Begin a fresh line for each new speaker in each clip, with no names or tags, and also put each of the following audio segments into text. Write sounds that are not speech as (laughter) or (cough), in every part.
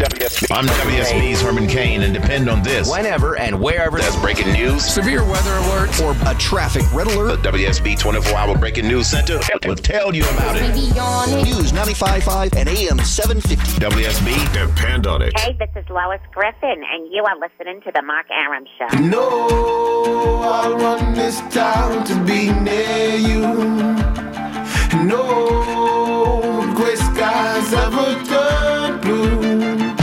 WSB.
I'm WSB's Herman Kane, and depend on this.
Whenever and wherever
That's breaking news.
Severe weather alert
or a traffic red
The
alert.
WSB 24 Hour Breaking News Center will tell you about it.
News 95.5 and AM 750.
WSB.
Depend on it.
Hey, this is Lois Griffin, and you are listening to The Mark Aram Show.
No, I want this town to be near you. No gray skies ever turn blue.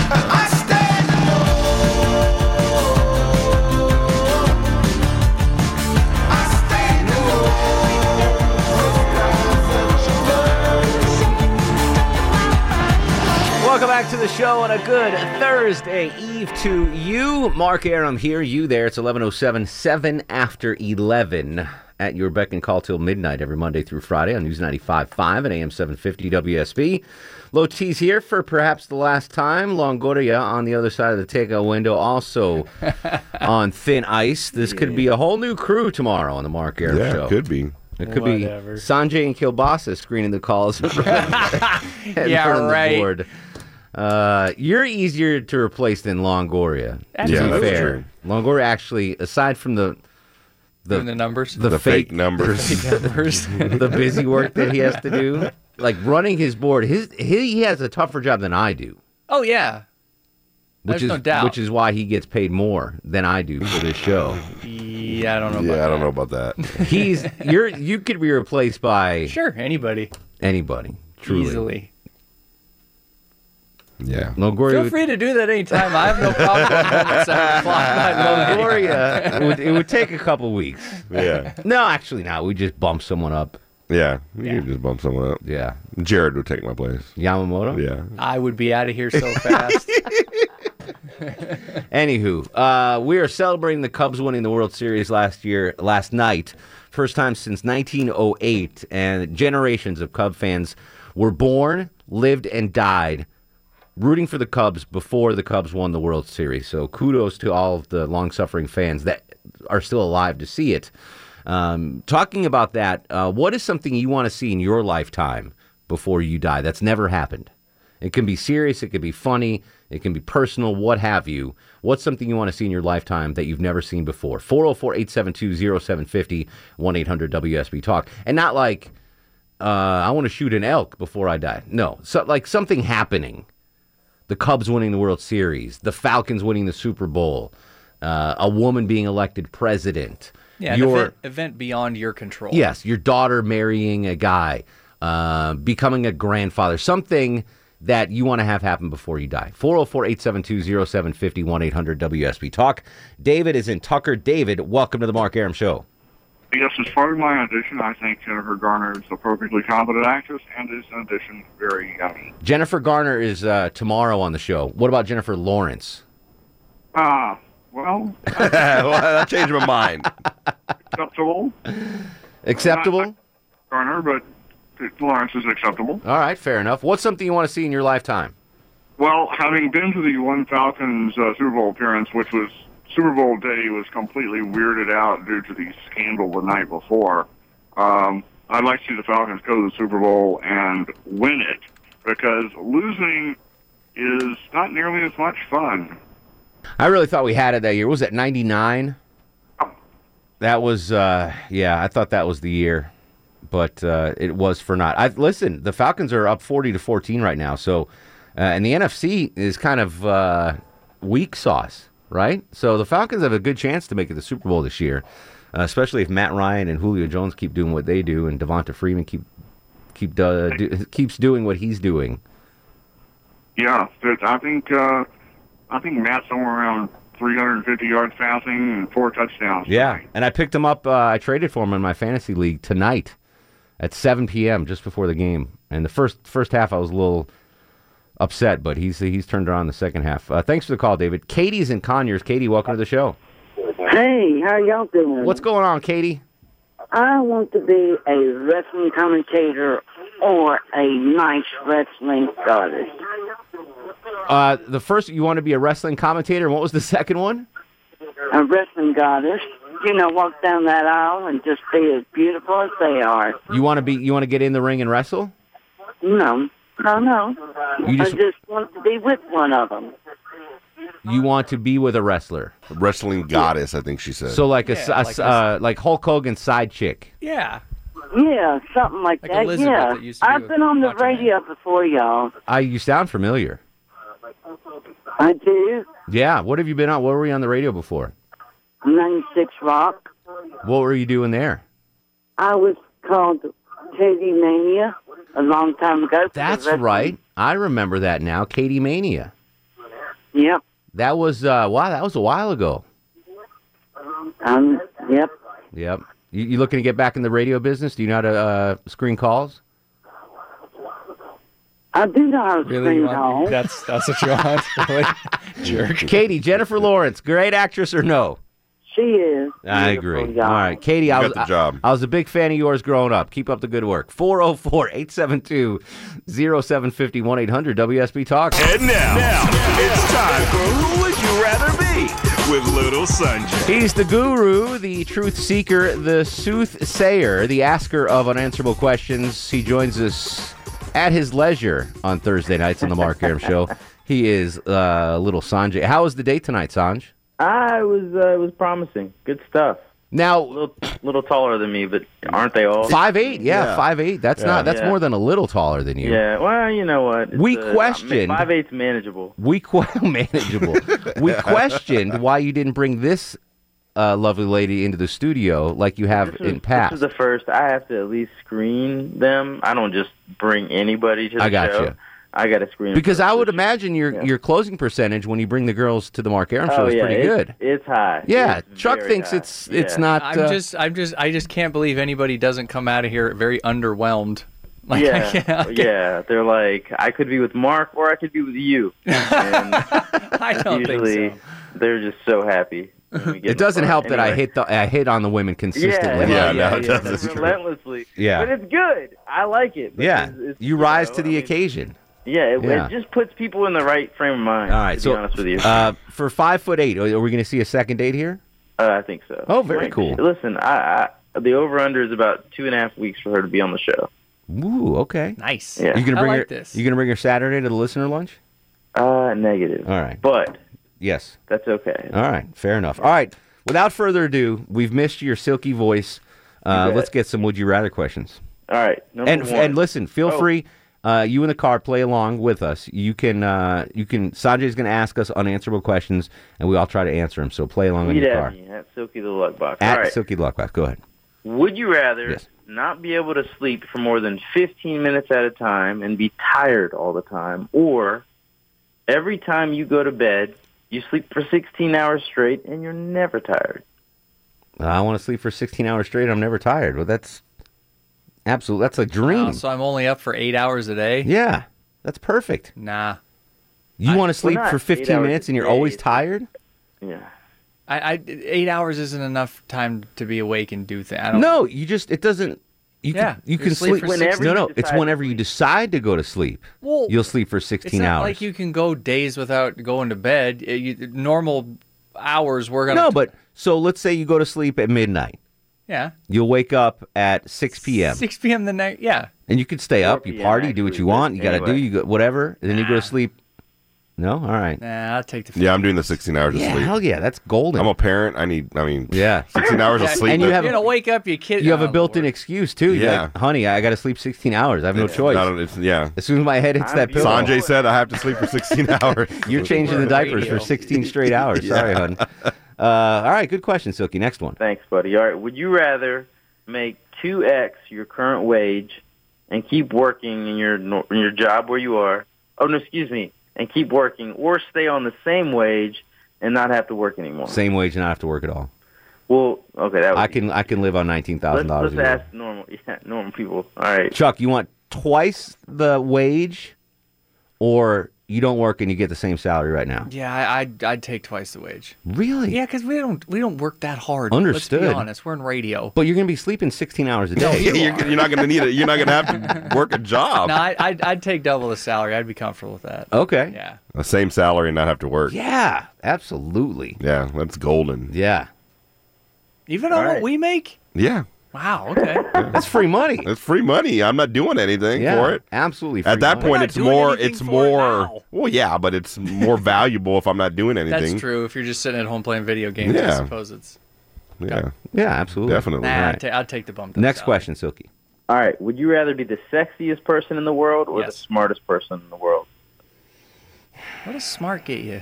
I stand alone. I stand alone. Gray skies ever turn blue.
Welcome back to the show on a good Thursday eve to you. Mark Aram here, you there. It's 11.07, 7 after 11 at your beck and call till midnight every Monday through Friday on News 95.5 and AM 750 WSB. Lotis here for perhaps the last time. Longoria on the other side of the takeout window
(laughs)
also on thin ice. This could be a whole new crew tomorrow on the Mark Aram
Yeah,
show.
could be.
It could
Whatever.
be Sanjay and Kilbasa screening the
(laughs)
calls. (laughs) and
Yeah,
running
right.
Uh, you're easier to replace than Longoria.
That's
to
Yeah,
be
that's
fair.
true.
Longoria actually, aside from the the
Doing the numbers. (laughs)
the,
The
fake,
fake numbers.
numbers.
(laughs) the busy work that he has to do, like running his board, his he, he has a tougher job than I do.
(laughs) oh yeah.
Which
There's
is
no doubt.
which is why he gets paid more than I do for this show.
Yeah, I don't know.
yeah,
about
I
that.
don't know about that.
He's you're you could be replaced by
Sure, anybody
anybody. Truly.
easily.
Yeah.
Longoria
Feel
would-
free to do that anytime. I have no problem at
(laughs)
seven o'clock. I love it.
Longoria, it would, it would take a couple weeks.
Yeah.
No, actually, not. We just bump someone up.
(laughs) Yeah. You can just bump someone up.
Yeah,
Jared would take my place.
Yamamoto.
(laughs) Yeah.
I would be out of here
(laughs)
so fast.
Anywho, uh, we are celebrating the Cubs winning the World Series last year, last night, first time since 1908, and generations of Cub fans were born, lived, and died rooting for the Cubs before the Cubs won the World Series. So kudos to all of the long-suffering fans that are still alive to see it. Um, talking about that, uh, what is something you want to see in your lifetime before you die that's never happened? It can be serious, it can be funny, it can be personal, what have you. What's something you want to see in your lifetime that you've never seen before? 404 872 0750 1 800 WSB Talk. And not like, uh, I want to shoot an elk before I die. No, so, like something happening the Cubs winning the World Series, the Falcons winning the Super Bowl, uh, a woman being elected president.
Yeah, an
your
event, event beyond your control.
yes, your daughter marrying a guy, uh, becoming a grandfather, something that you want to have happen before you die. 404-872-0750 800 WSB Talk. David is in Tucker. David, welcome to the Mark Aram Show.
Yes, as part of my audition, I think Jennifer Garner is a perfectly competent actress and is, in addition, very young.
Jennifer Garner is uh, tomorrow on the show. What about Jennifer Lawrence?
Ah, well,
Uh, well, I changed my mind.
acceptable,
Acceptable?
Garner, but Lawrence is acceptable.
All right, fair enough. What's something you want to see in your lifetime?
Well, having been to the one Falcons uh, Super Bowl appearance, which was Super Bowl day, was completely weirded out due to the scandal the night before. Um, I'd like to see the Falcons go to the Super Bowl and win it because losing is not nearly as much fun.
I really thought we had it that year. What was that 99? That was uh yeah, I thought that was the year. But uh it was for not. I listen, the Falcons are up 40 to 14 right now. So uh, and the NFC is kind of uh weak sauce, right? So the Falcons have a good chance to make it the Super Bowl this year. Uh, especially if Matt Ryan and Julio Jones keep doing what they do and Devonta Freeman keep keep uh, do, keeps doing what he's doing.
Yeah, but I think uh, I think Matt's somewhere around 350 yards passing and four touchdowns.
Yeah, and I picked him up. Uh, I traded for him in my fantasy league tonight at 7 p.m. just before the game. And the first first half, I was a little upset, but he's he's turned around the second half. Uh, thanks for the call, David. Katie's in Conyers. Katie, welcome to the show.
Hey, how y'all doing?
What's going on, Katie?
I want to be a wrestling commentator or a nice wrestling goddess.
Uh, the first, you want to be a wrestling commentator. and What was the (laughs) second one?
A wrestling goddess, you know, walk down that aisle and just be as beautiful as they are.
You want to be you want to get in the ring and wrestle?
No, no, no.
You just-
I just want to be with one of them.
you want to be with a wrestler.
Wrestling goddess, I think she said.
So like a,
Yeah,
s-
like
a s- uh, like Hulk Hogan's side chick.
Yeah.
Yeah, something like,
Like
that.
Elizabeth
yeah,
that used to be
I've
with
been on the
Macho Man.
radio before, y'all.
I you sound familiar.
I do.
Yeah. What have you been on? What were we on the radio before?
96 Rock.
What were you doing there?
I was called Teddy Mania a long time ago. for the
That's
wrestling.
right. I remember that now. Katie Mania.
Yep.
That was uh, wow. That was a while ago.
Um, yep.
Yep. You, you looking to get back in the radio business? Do you know how to uh, screen calls? (laughs)
I do know how to
Really?
scream
You want,
home.
that's that's what you want, (laughs)
(laughs)
really? jerk.
Katie, Jennifer Lawrence, great actress or no?
She is.
I
beautiful,
agree.
y'all.
All right, Katie, I
got
was,
the job.
I, I was a big fan of yours growing up. Keep up the good work. 404 872 0750 800 WSB Talk.
And now, now it's time for Who Would You Rather Be with Little Sunshine.
He's the guru, the truth seeker, the soothsayer, the asker of unanswerable questions. He joins us at his leisure on Thursday nights on the Mark Aram Show. He is uh, little Sanjay. How was the day tonight, Sanj?
I was uh, it was promising. Good stuff. A
Now,
little little taller than me, but aren't they all?
five eight, yeah, five eight. That's not that's
Yeah.
more than a little taller than you.
Yeah. Well, you know what? It's,
We
uh,
questioned-
Five eight's manageable.
We (laughs) qu- manageable. we questioned why you didn't bring this uh, lovely lady into the studio like you have
This is,
in past.
this is the first. I have to at least screen them. I don't just bring anybody to the
I got
show.
you.
I got to screen
Because
them.
I would imagine your
Yeah.
your closing percentage when you bring the girls to the Mark Aram show
Oh
is
yeah,
pretty
it's,
good.
It's high.
Yeah,
It's
Chuck
very
thinks
high.
it's it's
Yeah.
not.
I'm
uh,
just I'm just I just can't believe anybody doesn't come out of here very underwhelmed. (laughs) Like
(laughs)
I
yeah,
can't- I, can't-
yeah. They're like, I could be with Mark or I could be with you.
(laughs)
And
I (laughs) don't
usually,
think so.
they're just so happy.
(laughs)
when we get
it doesn't
them.
help that I
Anyway.
hit the I hit on the women consistently.
Yeah,
Yeah,
no,
yeah,
it
yeah,
doesn't.
relentlessly.
Yeah.
but it's good. I like it. but
Yeah.
it's- it's-
you rise
know,
to the
I mean,
occasion.
Yeah it,
Yeah.
it just puts people in the right frame of mind.
All right,
to
so
be honest with you,
uh, for five foot eight, are are we going to see a second date here?
Uh, I think so.
oh, very
Might be.
cool.
Listen, I, I the over under is about two and a half weeks for her to be on the show.
Ooh, okay.
Nice.
Yeah.
You gonna
I
bring
like
her?
this.
You gonna bring her Saturday to the listener lunch?
Uh, negative.
All right.
but
Yes.
that's okay.
All right, fair enough. All right, without further ado, we've missed your silky voice. Uh,
You bet.
let's get some would you rather questions.
All right, number
And
one.
and listen, feel
Oh.
free. Uh, you in the car, play along with us. You can uh, you can. Sanjay's going to ask us unanswerable questions, and we all try to answer them. So play along in
Tweet
your
at
car.
me at Silky the Luck Box.
At
All right.
Silky Luckwack. Go ahead.
Would you rather
Yes.
not be able to sleep for more than 15 minutes at a time and be tired all the time, or every time you go to bed, you sleep for 16 hours straight and you're never tired?
Uh, I want to sleep for 16 hours straight. I'm never tired. Well, that's absolute. That's a dream.
Wow, Uh, so I'm only up for eight hours a day.
yeah, that's perfect.
Nah.
You
I-
want to sleep
not
for
eight
15
hours
minutes
a
and you're
day.
always tired?
Yeah.
I, I eight hours isn't enough time to be awake and do things. I don't
No, you just it doesn't. You
Yeah,
can you
you
can
sleep
sleep.
for
whenever
16
no, no,
you
it's
decide
whenever
to
you
sleep.
decide to go to sleep.
Well,
You'll sleep for
It's
sixteen
not
hours.
like you can go days without going to bed. Uh, you- normal hours we're gonna
no, but so let's say you go to sleep at midnight.
yeah
You'll wake up at six p.m.
six p.m. the night. Yeah,
and you can stay up. You
4
party, do what
actually,
you
but
want. You got to do
anyway. Ah.
you go, whatever. And then you go to sleep. No, all right.
nah, I'll take the.
yeah, I'm doing the 16 hours of
Yeah,
sleep.
hell yeah, that's golden.
I'm a parent. I need. I mean, (laughs)
yeah.
16 hours of
Yeah,
sleep.
and you
that-
have
You're
a-
gonna wake up your kid.
You have
Oh,
a built-in
Lord.
excuse too. You're
Yeah.
like, honey, I got to sleep sixteen hours. I have no
it's
choice.
not a- it's- yeah.
as soon as my head hits
I'm
that pillow,
Sanjay
Sanjay said I have to sleep for 16 (laughs) hours.
You're changing the
Word
diapers
radio.
for 16 straight hours. Sorry, hon. Uh, all right, good question, Silky. Next one.
Thanks, buddy. All right. Would you rather make 2x your current wage and keep working in your nor- in your job where you are? Oh, no, excuse me. And keep working or stay on the same wage and not have to work anymore?
Same wage, and not have to work at all.
Well, okay, that was
I can I can live on nineteen thousand dollars
Let's, let's
a year.
ask normal, (laughs) yeah, normal people. All right.
Chuck, you want twice the wage, or you don't work and you get the same salary right now?
Yeah, I, I'd I'd take twice the wage.
Really?
Yeah, because we don't we don't work that hard. Let's
Understood.
be honest. We're in radio.
But you're gonna be sleeping sixteen hours a
(laughs)
day.
you're, you're not going to need it. You're not going to have
(laughs)
to work a job.
No, I, I'd I'd take double the salary. I'd be comfortable with that.
okay. Yeah.
Yeah.
The same salary and not have to work.
absolutely.
Yeah, that's golden.
Yeah.
Even on
All
what
right.
we make.
Yeah.
Wow. Okay.
That's free money.
That's free money. I'm not doing anything
Yeah,
for it.
Absolutely.
At
free
that
money.
point,
We're
it's more. It's more. well, yeah, but it's
(laughs)
more valuable if I'm not doing anything.
That's true. If you're just sitting at home playing video games, I
Yeah.
suppose it's.
Yeah.
Yeah, absolutely.
Definitely.
Nah, I'd,
Alright.
ta- I'd take the bump.
Next question, Silky.
All right. Would you rather be the sexiest person in the world or the smartest person in the world?
What does smart get you?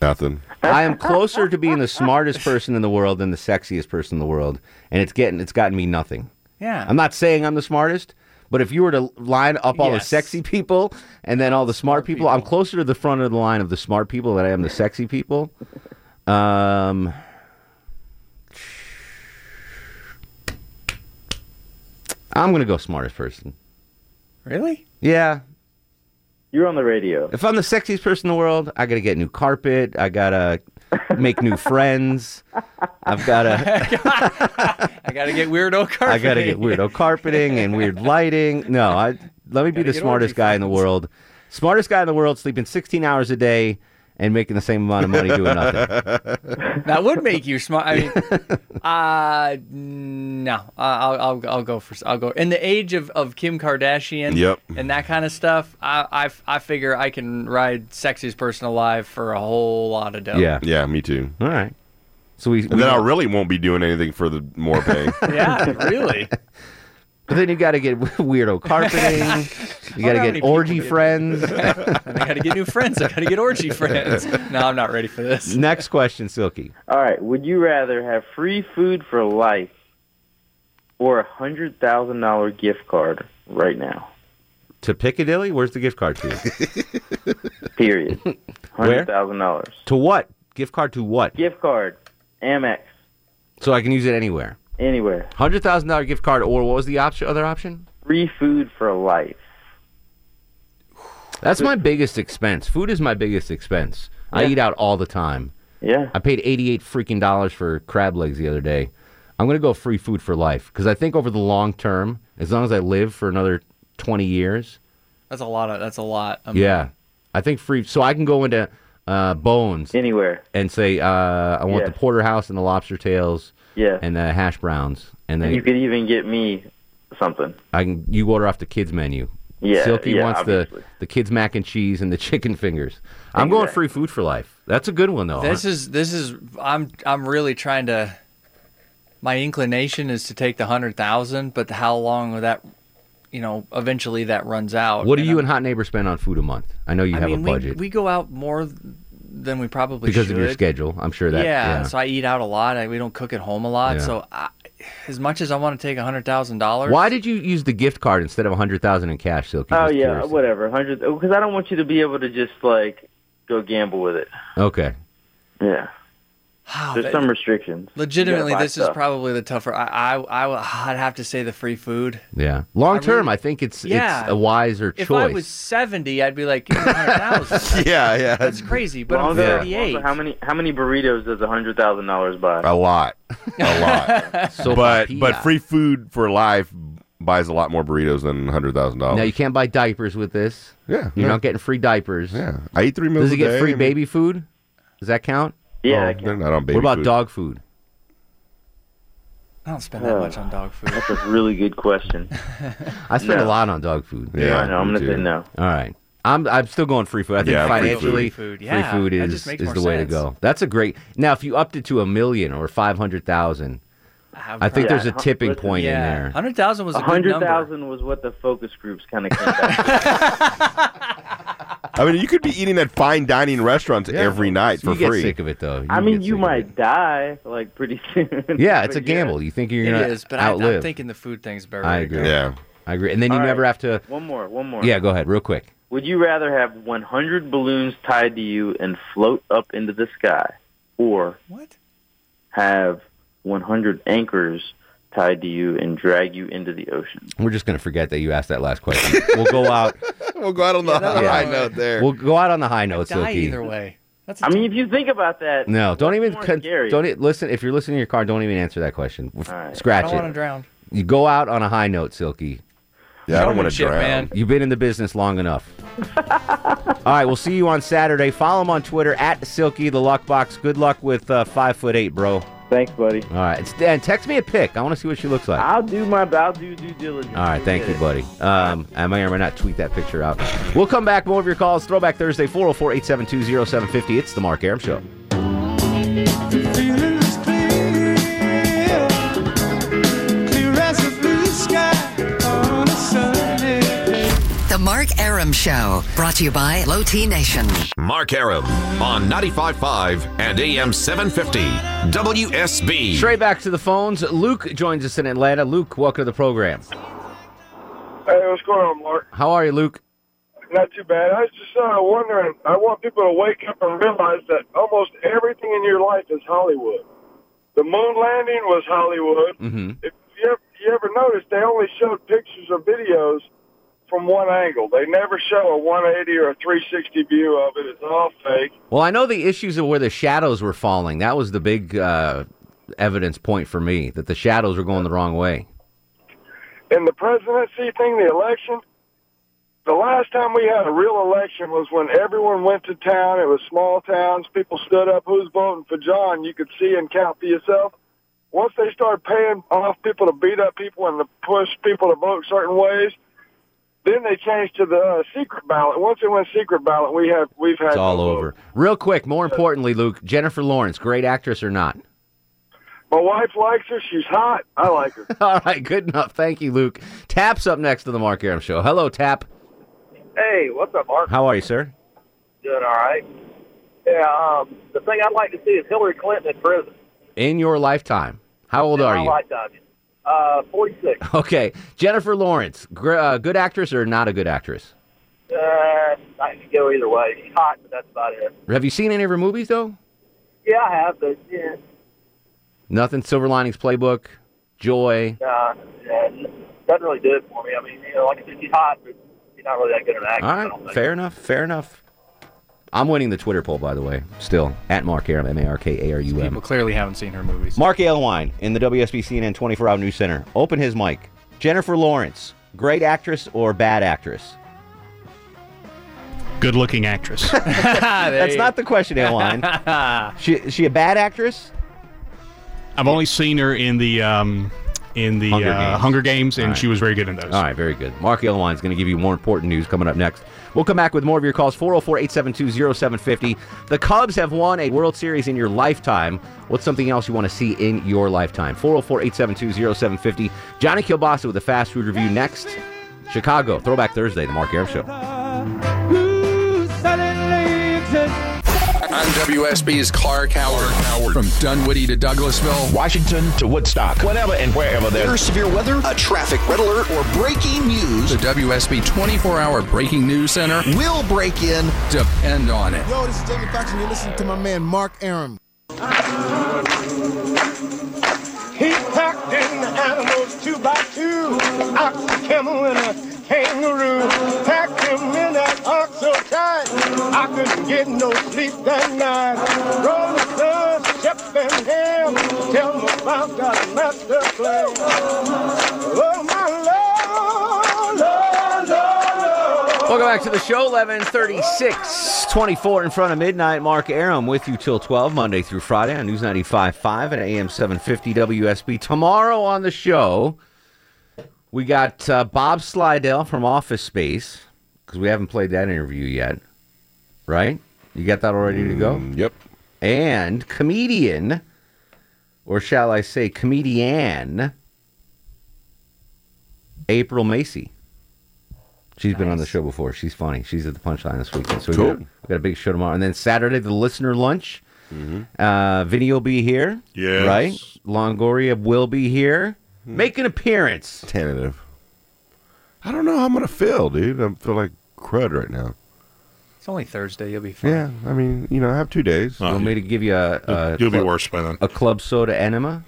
Nothing.
I am closer to being the smartest person in the world than the sexiest person in the world, and it's getting it's gotten me nothing.
Yeah.
I'm not saying I'm the smartest, but if you were to line up all
Yes.
the sexy people and then all the smart people, I'm closer to the front of the line of the smart people than I am the sexy people. Um, I'm gonna go smartest person.
Really?
Yeah,
You're on the radio.
if I'm the sexiest person in the world, I gotta get new carpet. I gotta make new friends. I've (laughs) gotta
I gotta get weirdo (laughs) carpet.
I gotta get weirdo carpeting and weird lighting. No, I let me be the
get
smartest
orgy
guy in the world. Smartest guy in the world, sleeping 16 hours a day and making the same amount of money doing
(laughs)
nothing.
That would make you smart. I mean,
(laughs)
uh, no, I- I'll, I'll I'll go for I'll go in the age of, of Kim Kardashian.
Yep.
And that kind of stuff. I, I f- I figure I can ride sexiest person alive for a whole lot of dough.
Yeah.
Yeah, me too.
All right. So we,
And then I really won't be doing anything for the more
(laughs)
pay.
Yeah. Really.
but then you gotta get (laughs) weirdo carpeting. You
Wonder how
gotta
many
get
people
orgy
get-
(laughs)
friends.
and I gotta get new friends. I gotta get orgy
(laughs)
friends. No, I'm not ready for this.
Next question, Silky.
All right. Would you rather have free food for life or a hundred thousand dollar gift card
(laughs)
right now?
To Piccadilly, where's the gift card to?
Period.
Where?
Hundred thousand dollars
to what? Gift card to what?
gift card, Amex,
So I can use it anywhere.
anywhere.
Hundred thousand dollar gift card, or what was the option? Other option?
Free food for life.
That's my biggest expense. Food is my biggest expense. I
Yeah.
eat out all the time.
Yeah.
I paid eighty-eight freaking dollars for crab legs the other day. I'm gonna go free food for life because I think over the long term, as long as I live for another twenty years,
That's a lot of. That's a lot. I'm-
yeah, I think free. So I can go into uh, Bones
Anywhere.
and say uh, I want
Yeah.
the porterhouse and the lobster tails
Yeah.
and the hash browns, and
And
then
you could even get me something.
I can you order off the kids menu.
Yeah,
Silky
yeah,
wants
obviously.
the the kids mac and cheese and the (laughs) chicken fingers. I'm going free food for life. That's a good one though.
This is this is. I'm I'm really trying to. My inclination is to take the hundred thousand, but how long will that? You know, eventually that runs out.
what do
and
you
I'm-
and Hot Neighbor spend on food a month? I know you
I
have
mean,
a
we-
budget
We, go out more than we probably
because
should.
of your schedule. I'm sure that.
yeah,
Yeah.
so I eat out a lot. I, we don't cook at home a lot.
Yeah.
So, I, as much as I want to take a hundred thousand dollars,
Why did you use the gift card instead of a hundred thousand in cash, Silky?
Oh
Just
yeah,
curious.
whatever. Hundred because I don't want you to be able to just like go gamble with it.
Okay.
Yeah.
Wow,
There's
that-
some restrictions. You gotta
ah, Legitimately,
buy
this is
stuff.
probably the tougher. I, I, I would- I'd have to say the free food.
Yeah. Long
I really-
term, I think it's
Yeah.
it's a wiser
If
choice.
I (laughs) was seventy, I'd be like give me a hundred
(laughs)
thousand.
(laughs) yeah, yeah.
That's crazy, but I'm
Lonzo,
thirty-eight.
Lonzo, how many how many burritos does a hundred thousand dollars buy?
A lot,
(laughs)
a lot.
so
but but
papilla.
free food for life buys a lot more burritos than hundred thousand
Oh. Now
dollars.
you can't buy diapers with this.
Yeah,
You're
no.
not getting free diapers.
Yeah, I eat three meals.
Does he
a
get
day.
free
I mean,
baby food? Does that count?
Yeah, I
oh,
can-
they're not on baby.
what about
food.
dog food?
I don't spend that much on dog
(laughs)
food.
that's a really
(laughs)
good question.
I spend
No.
a lot on dog food.
Yeah,
I know. I'm
me
gonna
too.
say no.
All right. I'm I'm still going free food. I think
Yeah, free
financially,
food. Yeah,
free food
that
is,
just makes
is
more
the way to
sense.
go. That's a great. Now, if you upped it to a million or five hundred thousand, I think
Yeah,
there's a
hun-
tipping
listen,
point
yeah,
in there.
hundred thousand was a
A
good
hundred
number.
thousand was what the focus groups kind of
(laughs)
came back. with.
I mean, you could be eating at fine dining restaurants every night
You
for
get
free.
sick of it though.
I
can
mean,
get sick
you
of
might
it.
die like pretty (laughs) soon.
Yeah, it's a
But yeah.
gamble. You think you're
It
gonna
is, but I,
outlive?
I'm thinking the food thing's better.
I agree.
Yeah,
I agree. And then you
All
never
right.
have to.
One more, one more.
Yeah, go ahead, real quick.
Would you rather have 100 balloons tied to you and float up into the sky, or (laughs)
What?
have 100 anchors tied to you and drag you into the ocean?
We're just gonna forget that you asked that last question. we'll go out.
we'll go out on the
that
high
one-
note there.
We'll go out on the high note,
Die
Silky.
either way. That's a
I mean, if you think about that,
No, don't even
more
con-
scary?
don't e- listen. If you're listening in your car, don't even answer that question.
right.
I
Scratch
don't want to
it.
drown.
You go out on a high note, Silky.
yeah, I don't want to
Showmanship,
drown.
man.
You've been in the business long enough. All right, we'll see you on Saturday. Follow him on Twitter at Silky the Luck Box. Good luck with uh, five foot eight, bro.
Thanks, buddy.
All right, it's, and text me a pic. I want to see what she looks like.
I'll do my I'll do due diligence.
All right, thank you, buddy. Um, I may or may not tweet that picture out. We'll come back. More of your calls. Throwback Thursday, 404 872 0750. It's The Mark Aram Show.
The Mark Aram Show, brought to you by Low T Nation.
Mark Aram on 95.5 and AM 750. WSB.
Straight back to the phones. Luke joins us in Atlanta. Luke, welcome to the program.
Hey, what's going on, Mark?
How are you, Luke?
Not too bad. I was just uh, wondering. I want people to wake up and realize that almost everything in your life is Hollywood. The moon landing was Hollywood.
Mm-hmm.
If you ever, you ever noticed, they only showed pictures or videos from one angle. They never show a 180 or a 360 view of it. It's all fake.
Well, I know the issues of where the shadows were falling. That was the big uh, evidence point for me that the shadows were going the wrong way.
And the presidency thing, the election, the last time we had a real election was when everyone went to town. It was small towns. People stood up. Who's voting for John? You could see and count for yourself. Once they start paying off people to beat up people and to push people to vote certain ways, then they changed to the uh, secret ballot. Once it went secret ballot, we have we've had
It's all over. Real quick, more importantly, Luke, Jennifer Lawrence, great actress or not?
My wife likes her. She's hot. I like her.
(laughs) All right, good enough. Thank you, Luke. Tap's up next to the Mark Aram Show. Hello, Tap.
Hey, what's up, Mark?
How are you, sir?
Doing all right. Yeah, um, the thing I'd like to see is Hillary Clinton in prison.
In your lifetime, how old are
I
you?
like that. Uh, 46.
(laughs) Okay, Jennifer Lawrence, gr- uh, good actress or not a good actress?
Uh, I could go either way. She's hot, but that's about it.
Have you seen any of her movies though?
Yeah, I have, but yeah,
Nothing. Silver Linings Playbook, Joy.
uh, yeah, doesn't really do it for me. I mean, you know, like I said, she's hot, but she's not really that good an actor.
All right, fair enough. Fair enough. I'm winning the Twitter poll, by the way. Still at Mark Arum, M A R K A R U M.
People clearly haven't seen her movies.
Mark Aylwine in the WSB CNN 24 Hour News Center. Open his mic. Jennifer Lawrence, great actress or bad actress?
Good looking actress.
That's not the question, Aylwine. she she a bad actress?
(laughs) I've only seen her in the um, in the
Hunger
uh,
Games.
Hunger Games, and
All right.
she was very good in those.
All right, very good. Mark Aylwine is going to give you more important news coming up next. We'll come back with more of your calls 404 872 0750. The Cubs have won a World Series in your lifetime. What's something else you want to see in your lifetime? 404 872 0750. Johnny Kilbasa with a fast food review next. Chicago, Throwback Thursday, The Mark Aram Show.
I'm WSB's Clark Howard. Howard. From Dunwoody to Douglasville, Washington to Woodstock, whenever and wherever
Hear severe weather, a traffic red alert, or breaking news.
The WSB 24 hour breaking news center will break in. Depend on it.
Yo, this is Jamie Foxx, and you're listening to my man Mark Aram.
He packed in the animals two by two, ox, a camel, and a kangaroo. Packed him in that ox so tight, I couldn't get no sleep that night. Roll the club, Shep and Ham, tell them about that master plan. Oh, my lord, lord, lord, lord.
Welcome back to the show, 1136, 24 in front of midnight. Mark Aram with you till 12, Monday through Friday on News 95.5 and AM 750 WSB. Tomorrow on the show, we got uh, Bob Slidell from Office Space, because we haven't played that interview yet, right? You got that all ready to go? yep. And comedian, or shall I say comedian, April Macy. She's been on the show before. She's funny. She's at the punchline this weekend. So we,
Cool.
got, we got a big show tomorrow. And then Saturday, the listener lunch. Uh, Vinny will be here.
Mm-hmm. Yes. Mm-hmm.
Right? Longoria will be here. Make an appearance.
Tentative. I don't know how I'm gonna feel, dude. I feel like crud right now.
It's only Thursday. You'll be fine.
Yeah, I mean, you know, I have two days.
You want me to give you a, a
Ah. You'll be
worse by then. A club soda enema.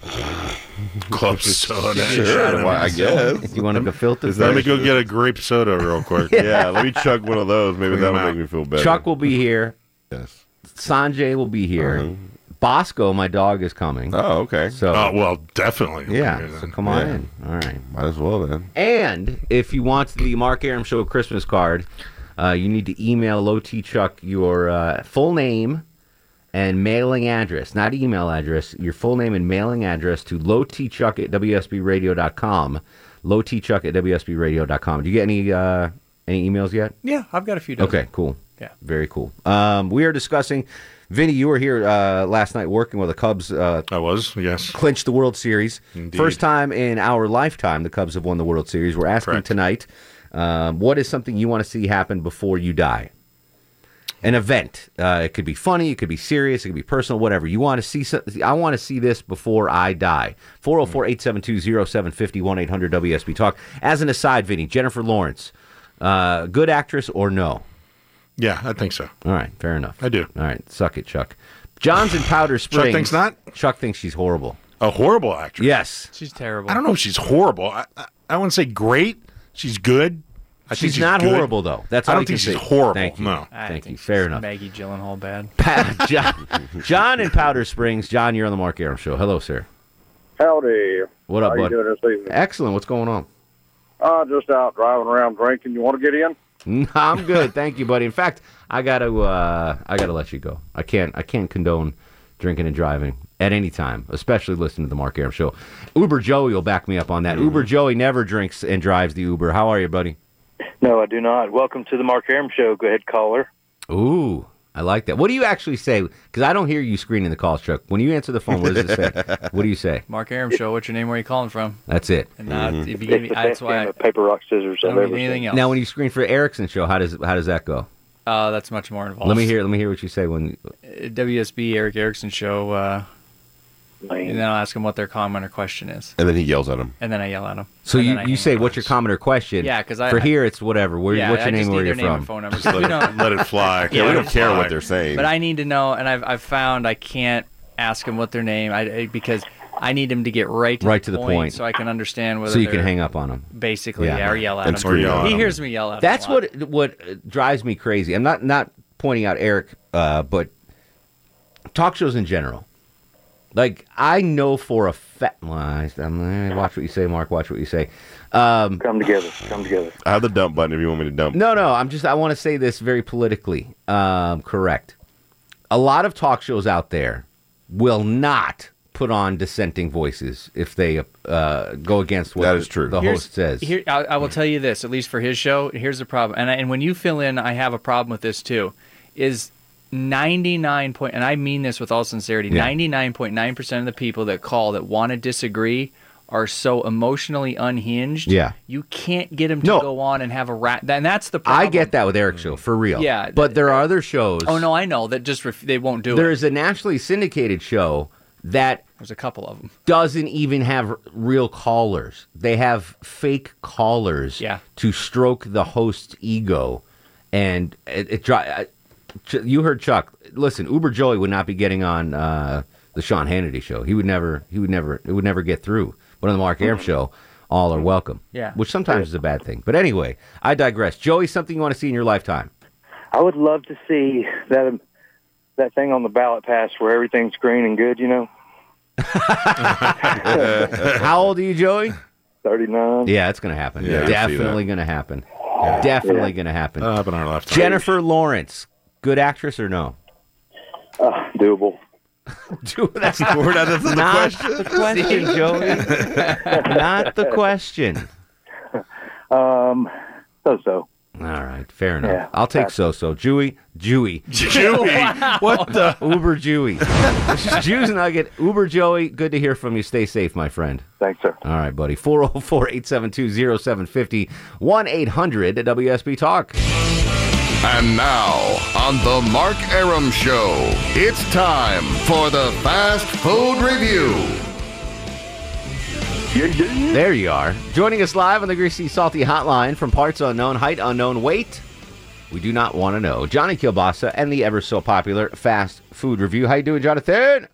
Club soda.
Sure, why, I guess.
(laughs) you want to go filter?
Let me go get a grape soda real quick.
(laughs) Yeah, let me chug one of those. Maybe
Bring
that'll
them
make
out.
me feel better.
Chuck will be here. Yes. Sanjay will be here. Bosco, my dog, is coming.
Oh, okay.
So,
Uh-huh. Oh, well, definitely. he'll
yeah.
be here
So
then.
come on
Yeah.
in. All right.
Might as well then.
And if you want the Mark Aram Show Christmas card, uh, you need to email Low T Chuck your uh, full name and mailing address, not email address, your full name and mailing address to lowtchuck at wsbradio.com. Lowtchuck at wsbradio.com. Do you get any uh, any emails yet?
Yeah, I've got a few. Dozen.
Okay, cool.
Yeah.
Very cool. Um, we are discussing, Vinny, you were here uh, last night working with the Cubs. Uh,
I was, yes.
Clinched the World Series. First time in our lifetime the Cubs have won the World Series. We're asking tonight, um, what is something you want to see happen before you die? An event. Uh, it could be funny. It could be serious. It could be personal. Whatever you want to see. so- I want to see this before I die. 404-872-0750, 1-800-WSB Talk. As an aside, Vinny, Jennifer Lawrence, uh, good actress or no?
Yeah, I think so.
All right, fair enough.
I do.
All right, suck it, Chuck. John's in Powder Springs.
thinks not?
Chuck thinks she's horrible.
A horrible actress.
Yes.
She's terrible.
I don't know if she's horrible. I I, I wouldn't say great. She's good. I think
She's not
good.
horrible, though. That's
I
all
don't
you
think
can
she's
say.
horrible.
Thank you.
No.
I
Thank you.
think
Fair
she's
enough.
Maggie Gyllenhaal bad.
(laughs) Pa- John, John in Powder Springs. John, you're on the Mark Aram Show. Hello, sir.
Howdy.
What up,
How
bud?
you doing this evening?
Excellent. What's going on? (laughs)
Uh, just out driving around drinking. You want to get in?
No, I'm good. Thank you, buddy. In fact, I gotta, uh, I gotta let you go. I can't, I can't condone drinking and driving at any time, especially listening to the Mark Aram Show. Uber Joey will back me up on
Mm-hmm.
that. Uber Joey never drinks and drives the Uber. How are you, buddy?
No, I do not. Welcome to the Mark Aram Show. Go ahead, caller.
Ooh, I like that. What do you actually say? Because I don't hear you screening the calls, Chuck. When you answer the phone, what does it
(laughs)
say? what do you say?
Mark Aram Show. What's your name? Where are you calling from?
That's it.
And not if you give
It's
me.
the
That's
best
why. I,
game of paper, rock, scissors
I
I've
don't
ever
need anything
seen.
else.
Mm-hmm. Now, when you screen for Erickson show, how does how does that go?
Uh, that's much more involved.
Let me hear. Let me hear what you say when.
Uh, WSB Eric Erickson show, uh, and then I'll ask him what their comment or question is,
And then he yells at him.
and then I yell at him.
So
And
you,
then I
you
hang
say
up.
what's your comment or question?
Yeah, 'cause I-
for
I-
here it's whatever. Where,
Yeah,
what's your
I
name?
just
and Where
need
you're
their name
from?
and phone number. Just let We it- don't- let it fly.
Yeah,
Yeah,
we don't
let it
care
fly.
what they're saying.
But I need to know, and I've I've found I can't ask him what their name, I, I- because I need him to get right to
Right
the
to the
point,
point.
so I can understand whether
so you can
they're-
hang up on them.
Basically, yeah, or yell at him. he hears me yell at
That's
him. a lot.
what what uh, drives me crazy. I'm not not pointing out Eric, uh, but talk shows in general. Like I know for a fact. Well, I- I'm, eh, watch what you say, Mark. Watch what you say. Um,
Come together. Come together.
I have the dump button if you want me to dump.
No, no. I'm just. I want to say this very politically um, correct. A lot of talk shows out there will not put on dissenting voices if they uh, go against what that is true. the
Here's-
host says.
Here, I, I will tell you this, at least for his show. Here's the problem, and I, and when you fill in, I have a problem with this too. Is 99 point, and I mean this with all sincerity.
Yeah.
99.9 percent of the people that call that want to disagree are so emotionally unhinged.
Yeah.
you can't get them to
No.
go on and have a rat. And that's the problem.
I get that with Eric's show for real.
Yeah.
but there are other shows.
Oh no, I know that. Just ref- they won't do
There
it.
is a nationally syndicated show that
There's a couple of them.
doesn't even have r- real callers. They have fake callers
Yeah.
to stroke the host's ego, and it, it dri- I- Ch- You heard Chuck. Listen, Uber Joey would not be getting on uh, the Sean Hannity show. He would never. He would never. It would never get through. But on the Mark Aram show, all are welcome.
Mm-hmm. Yeah.
which sometimes is a bad thing. But anyway, I digress. Joey, something you want to see in your
(laughs)
lifetime?
I would love to see that that thing on the ballot pass where everything's green and good. You know,
(laughs) How old are you, Joey?
(laughs) thirty nine.
Yeah, it's gonna happen.
Yeah, I see that.
Definitely gonna happen. Definitely
Yeah.
gonna happen.
That'll
happen in our lifetime.
Jennifer Lawrence, good actress or no?
Uh, doable.
(laughs) Dude, that's not,
That's
(laughs)
not the
not
question.
the question, (laughs) Joey. not the question.
Um, so so.
All right, fair enough.
Yeah,
I'll take
that's-
so so. Jewy, Jewy, (laughs)
Jewy?
What the Uber Jewy? this is Jews Nugget. Uber Joey. Good to hear from you. Stay safe, my friend.
Thanks, sir.
All right, buddy. 404-872-0750, 1-800-WSB Talk.
And now, on the Mark Aram Show,
Oh,
it's time for the fast food review.
There you are. Joining us live on the Greasy Salty Hotline from parts unknown, height unknown, weight we do not want to know. Johnny Kilbasa and the ever so popular Fast Food Review. How you doing, Jonathan?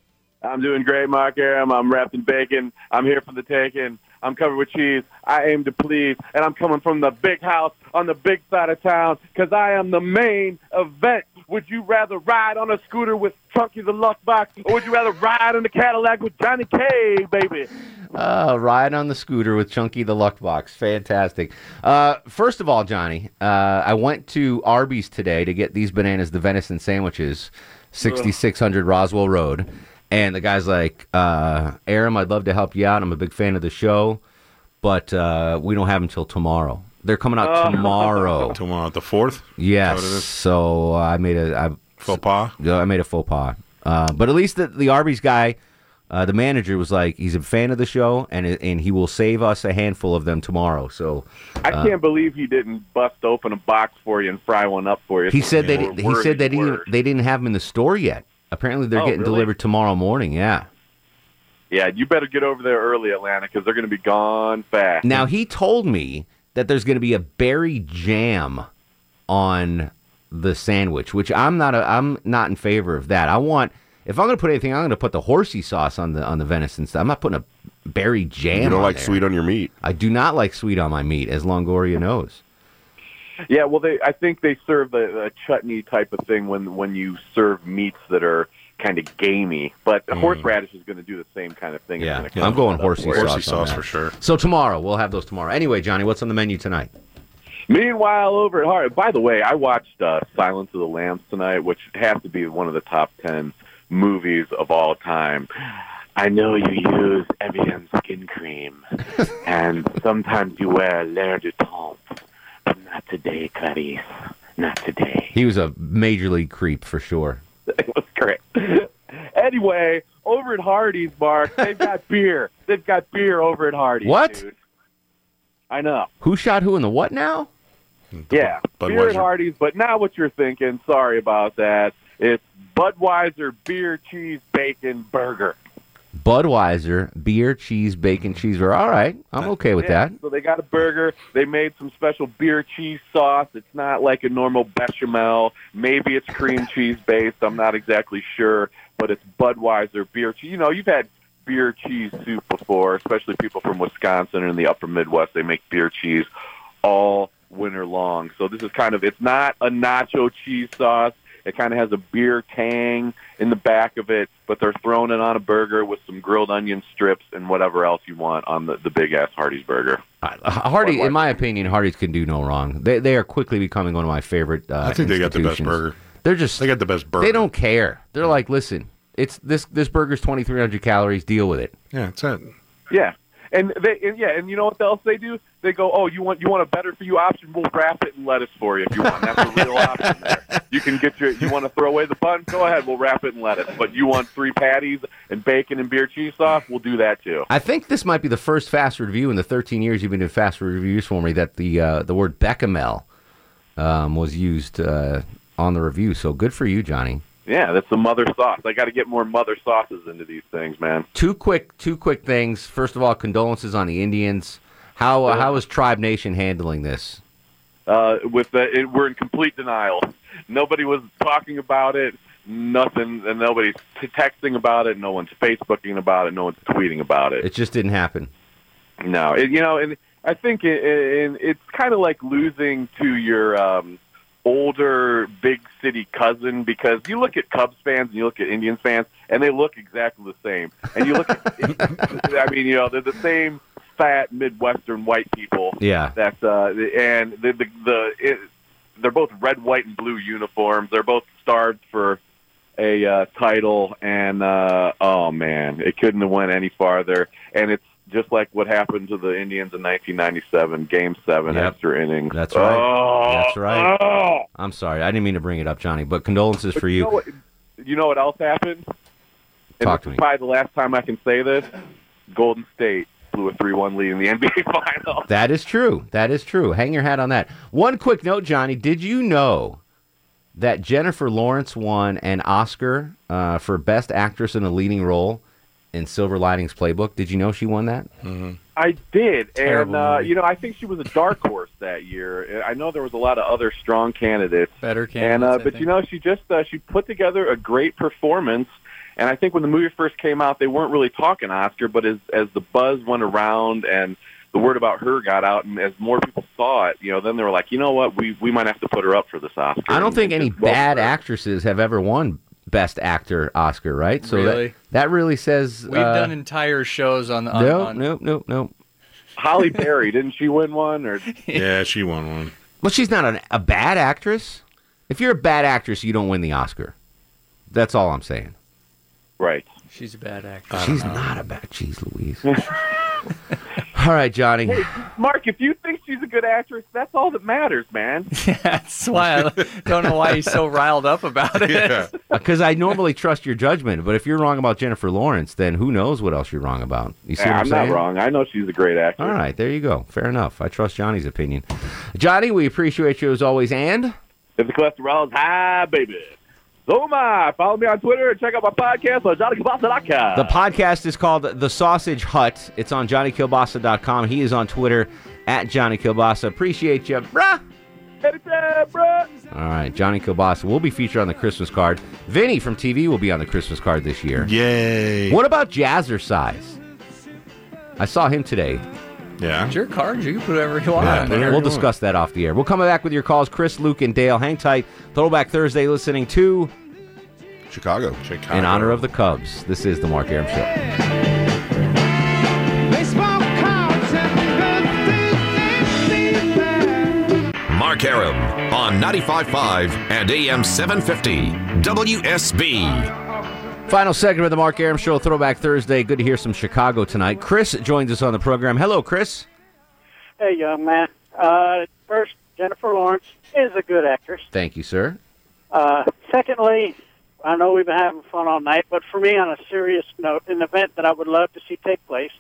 I'm doing great, Mark Aram. I'm wrapped in bacon. I'm here for the taking. I'm covered with cheese. I aim to please, and I'm coming from the big house on the big side of town because I am the main event. Would you rather ride on a scooter with Chunky the Luckbox, or would you rather ride in the Cadillac with Johnny K, baby?
Uh, ride on the scooter with Chunky the Luck Box. Fantastic. Uh, first of all, Johnny, uh, I went to Arby's today to get these bananas, the venison sandwiches. 6600 Roswell Road. And the guy's like, uh, Aram, I'd love to help you out. I'm a big fan of the show, but uh, we don't have them till tomorrow. They're coming out
Oh. (laughs)
tomorrow.
Tomorrow at the fourth? Is that
Yes.
what it is?
So uh, I made a I, faux pas. Yeah, I made a faux pas. Uh, but at least the, the Arby's guy, uh, the manager, was like, he's a fan of the show, and it- and he will save us a handful of them tomorrow. So
I
uh,
can't believe he didn't bust open a box for you and fry one up for you.
He said they
Word-
didn't- he said they didn't they didn't have them in the store yet. Apparently, they're
Oh,
getting
really?
delivered tomorrow morning. Yeah.
Yeah, you better get over there early, Atlanta, because they're going to be gone fast.
Now he told me that there's going to be a berry jam on the sandwich, which I'm not. A, I'm not in favor of that. I want if I'm going to put anything, I'm going to put the horsey sauce on the on the venison stuff. I'm not putting a berry jam.
You don't
on
like
there.
sweet on your meat.
I do not like sweet on my meat, as Longoria knows.
Yeah, well, they I think they serve a, a chutney type of thing when when you serve meats that are kind of gamey. But horseradish is going to do the same kind of thing. It's gonna
Mm. I'm
come
going
up
horsey,
for you.
sauce. on that. So tomorrow we'll have those tomorrow. Anyway, Johnny, what's on the menu tonight?
Meanwhile, over at Heart. By the way, I watched uh, Silence of the Lambs tonight, which has to be one of the top ten movies of all time. I know you use Evian skin (laughs) cream, and sometimes you wear L'air du Temps, but not today, Clarice. Not today. (laughs)
He was a major league creep for sure.
It was great. Anyway, over at Hardee's, Mark, they've (laughs) got beer. They've got beer over at Hardee's.
What?
dude. I know.
Who shot who in the what now?
Yeah, beer
Budweiser.
at Hardee's, but now what you're thinking. Sorry about that. It's Budweiser beer, cheese, bacon, burger.
Budweiser beer, cheese, bacon, cheeseburger. All right, I'm okay with
Yeah,
that.
So they got a burger. They made some special beer cheese sauce. It's not like a normal bechamel. Maybe it's
(laughs)
cream cheese based. I'm not exactly sure, but it's Budweiser beer cheese. You know, you've had beer cheese soup before, especially people from Wisconsin and the upper Midwest. They make beer cheese all winter long. So this is kind of it's not a nacho cheese sauce. It kind of has a beer tang in the back of it, but they're throwing it on a burger with some grilled onion strips and whatever else you want on the, the big ass Hardee's burger.
Hardy, in my opinion, Hardy's can do no wrong. They they are quickly becoming one of my favorite. Uh,
I think they got the best
institutions.
burger.
They're just
they got the best burger.
They don't care. They're like, listen, it's this this burger's 2,300 calories. Deal with it.
Yeah, it's it.
Yeah. And they and yeah, and you know what else they do? They go, "Oh, you want you want a better for you option? We'll wrap it in lettuce for you if you want. That's a real option there. You can get your you want to throw away the bun? Go ahead, we'll wrap it in lettuce. But you want three patties and bacon and beer cheese sauce? We'll do that too."
I think this might be the first fast food review in the 13 years you've been doing fast food reviews for me that the uh, the word bechamel um, was used uh, on the review. So good for you, Johnny.
Yeah, that's the mother sauce. I got to get more mother sauces into these things, man.
Two quick, two quick things. First of all, condolences on the Indians. How uh, how is Tribe Nation handling this?
Uh, with the, it, we're in complete denial. Nobody was talking about it. Nothing, and nobody's t- texting about it. No one's Facebooking about it. No one's tweeting about it.
It just didn't happen.
No, it, you know, and I think it, it, and it's kind of like losing to your um, older big city cousin because you look at Cubs fans and you look at Indians fans, and they look exactly the same. And you look, at, (laughs) I mean, you know, they're the same fat Midwestern white people.
Yeah.
That uh, and the the, the it, they're both red, white, and blue uniforms. They're both starved for a uh, title, and uh, oh man, it couldn't have went any farther. And it's just like what happened to the Indians in 1997, Game Seven,
Yep.
extra innings.
That's right.
Oh,
That's right.
oh.
I'm sorry, I didn't mean to bring it up, Johnny. But condolences
But
for
You know,
you.
what, you know what else happened? And
Talk
this
to
is
me.
Probably the last time I can say this. Golden State blew a three-one lead in the (laughs) NBA Finals.
That is true. That is true. Hang your hat on that. One quick note, Johnny. Did you know that Jennifer Lawrence won an Oscar uh, for Best Actress in a Leading Role in Silver Linings Playbook? Did you know she won that? Mm-hmm.
I did, and
Terrible
uh,
movie.
you know, I think she was a dark horse that year. I know there was a lot of other strong candidates,
Better
and
candidates.
uh,
I
but you know, she just uh, she put together a great performance. And I think when the movie first came out, they weren't really talking Oscar, but as as the buzz went around and the word about her got out, and as more people saw it, you know, then they were like, you know what, we we might have to put her up for this Oscar.
I don't
And
think
it
any
just wasn't
bad
her.
actresses have ever won Best Actor Oscar, right? So
Really?
that, that really says
We've
uh,
done
done entire shows on the on,
no,
on-
no, no, no.
Holly Berry didn't she win one or?
Yeah, she won one.
Well, she's not an, a bad actress. If you're a bad actress, you don't win the Oscar. That's all I'm saying.
Right.
She's a bad actress.
She's not a bad. Jeez Louise. (laughs) all right, Johnny.
Hey, Mark, if you think she's a good actress, that's all that matters, man.
(laughs) That's why I don't know why he's so riled up about it.
Because uh, I normally trust your judgment, but if you're wrong about Jennifer Lawrence, then who knows what else you're wrong about? You see
Nah,
what I'm,
I'm not
saying?
wrong. I know she's a great actress.
All right, there you go. Fair enough. I trust Johnny's opinion. Johnny, we appreciate you as always. And
If the cholesterol is high, baby. So am I. Follow me on Twitter and check out my podcast on johnnykabasa.com.
the podcast is called The Sausage Hut. It's on johnnykilbasa.com. He is on Twitter at Johnny Kilbasa. Appreciate you, bruh.
Anytime, bruh.
All right, Johnny Kilbasa will be featured on the Christmas card. Vinny from TV will be on the Christmas card this year. Yay. What about Jazzercise? I saw him today. Yeah.
It's your card. You can put whatever you want.
Yeah,
on
man,
there.
we'll discuss that off the air. We'll come back with your calls, Chris, Luke, and Dale. Hang tight. Throwback Thursday listening to Chicago. Chicago. In honor of the Cubs. This is the Mark Aram Show.
Mark Aram on 95.5 and AM 750 WSB.
Final segment of the Mark Aram Show, Throwback Thursday. Good to hear some Chicago tonight. Chris joins us on the program. Hello, Chris.
Hey, young man. Uh, first, Jennifer Lawrence is a good actress.
Thank you, sir.
Uh, secondly, I know we've been having fun all night, but for me, on a serious note, an event that I would love to see take place,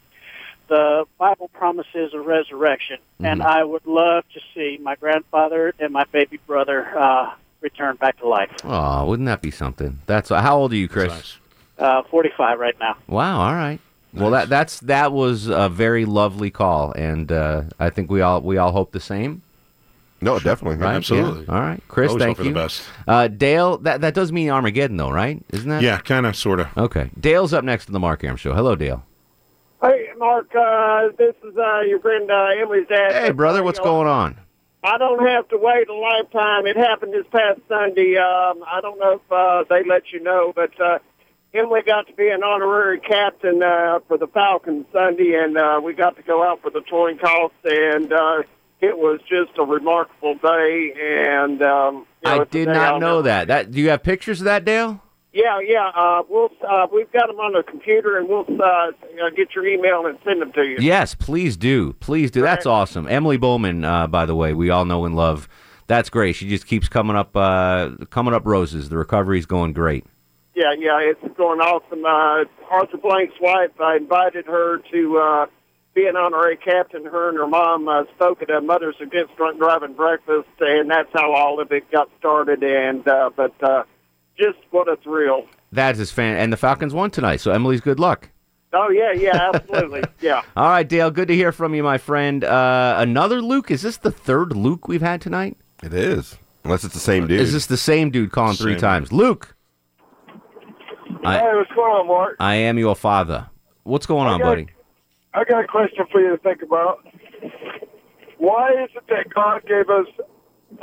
the Bible promises a resurrection, and
Mm-hmm.
Mhm.
I would love to see my grandfather and my baby brother uh, return back to life.
Oh, wouldn't that be something? That's how old are you, Chris?
Uh, 45 right now.
Wow. All right. Well, that that's that was a very lovely call, and uh, I think we all we all hope the same.
No, definitely,
Right?
Absolutely.
Yeah. All right, Chris.
Always hope
thank
for the
you.
best.
Uh, Dale, that that does mean Armageddon, though, right? Isn't that?
Yeah, kind of, sort of.
Okay. Dale's up next to the Mark Aram Show. Hello, Dale.
Hey, Mark, uh, this is uh, your friend uh, Emily's dad.
Hey, brother. What's going on?
I don't have to wait a lifetime. It happened this past Sunday. Um, I don't know if uh, they let you know, but uh, Emily got to be an honorary captain uh, for the Falcons Sunday, and uh, we got to go out for the toy cost, and uh, it was just a remarkable day. And um, you know,
I
it's a
did
day I'll
not know that. That do you have pictures of that, Dale?
Yeah, yeah. Uh, we'll uh, we've got them on the computer, and we'll uh, get your email and send them to you.
Yes, please do. Please do. That's awesome. Emily Bowman, uh, by the way, we all know and love. That's great. She just keeps coming up, uh, coming up roses. The recovery's going great.
Yeah, yeah, it's going awesome. Uh, Arthur Blank's wife, I invited her to uh, be an honorary captain. Her and her mom uh, spoke at a Mothers Against Drunk Driving breakfast, and that's how all of it got started. And uh, but uh, just what a thrill!
That is fan, and the Falcons won tonight. So Emily's good luck.
Oh yeah, yeah,
(laughs)
absolutely, yeah.
All right, Dale. Good to hear from you, my friend. Uh, another Luke. Is this the third Luke we've had tonight?
It is. Unless it's the same dude.
Uh, Is this the same dude calling three
Same.
times? Luke, I-
hey, what's going on, Mark?
I am your father. What's going on,
got-
buddy?
I got a question for you to think about. Why is it that God gave us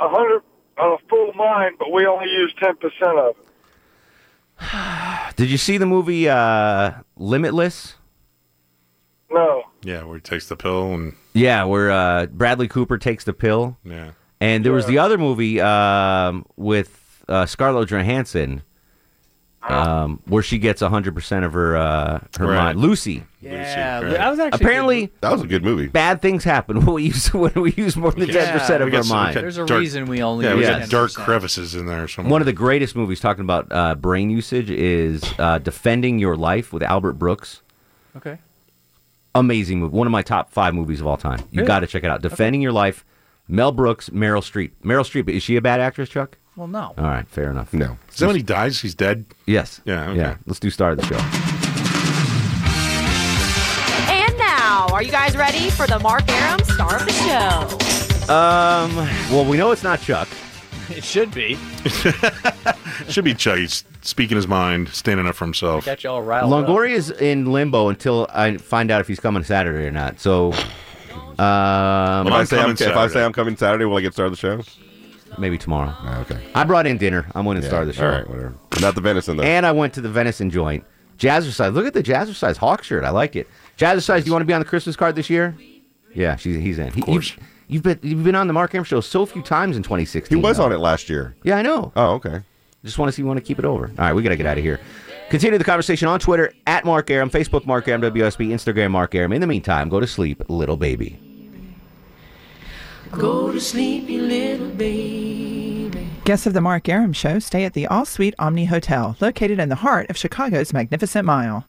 a hundred a full mind, but we only use ten percent of it?
Did you see the movie uh, Limitless?
No.
Yeah, where he takes the pill and
Yeah, where uh, Bradley Cooper takes the pill.
Yeah.
And there was the other movie um, with uh, Scarlett Johansson, um, where she gets hundred percent of her uh, her
Right.
mind. Lucy.
Yeah, Lucy, right. that was actually
apparently
good.
That was a good movie.
Bad things happen (laughs) when we use when we use more than ten percent of
We got
our
some- we
mind.
got dark- Yeah, we got dark crevices in there somewhere.
One of the greatest movies talking about uh, brain usage is uh, "Defending Your Life" with Albert Brooks.
Okay.
Amazing movie. One of my top five movies of all time. You
Really?
got to check it out. "Defending Your Life." Mel Brooks, Meryl Streep. Meryl Streep is she a bad actress, Chuck?
Well, no.
All right, fair enough. No.
Is that when he dies? He's dead.
Yes.
Yeah.
Yeah. Let's do star of the show.
And now, are you guys ready for the Mark Aram star of the show?
Um. Well, we know it's not Chuck.
It should be.
Should be Chuck. He's speaking his mind, standing up for himself.
Got you all riled up.
Longoria's in limbo until I find out if he's coming Saturday or not. So, um,
if, I say I'm, if I say I'm coming Saturday, will I get started the show?
maybe tomorrow.
okay.
I brought in dinner. I'm going to
Yeah,
start the show.
all right, whatever. Not the venison though.
And I went to the venison joint. Jazzercise. Look at the Jazzercise Hawk shirt. I like it. Jazzercise, do you want to be on the Christmas card this year? Yeah, she's, he's in. He, of course. You've, you've been you've been on the Mark Aram show so few times in 2016.
He was
though.
on it last year.
Yeah, I know.
Oh, okay.
Just want to see you want to keep it over. All right, we got to get out of here. Continue the conversation on Twitter at Mark Aram, Facebook Mark Aram WSB, Instagram Mark Aram. In the meantime, go to sleep, little baby.
Go to sleep, you little baby.
Guests of the Mark Aram Show stay at the All Suite Omni Hotel, located in the heart of Chicago's Magnificent Mile.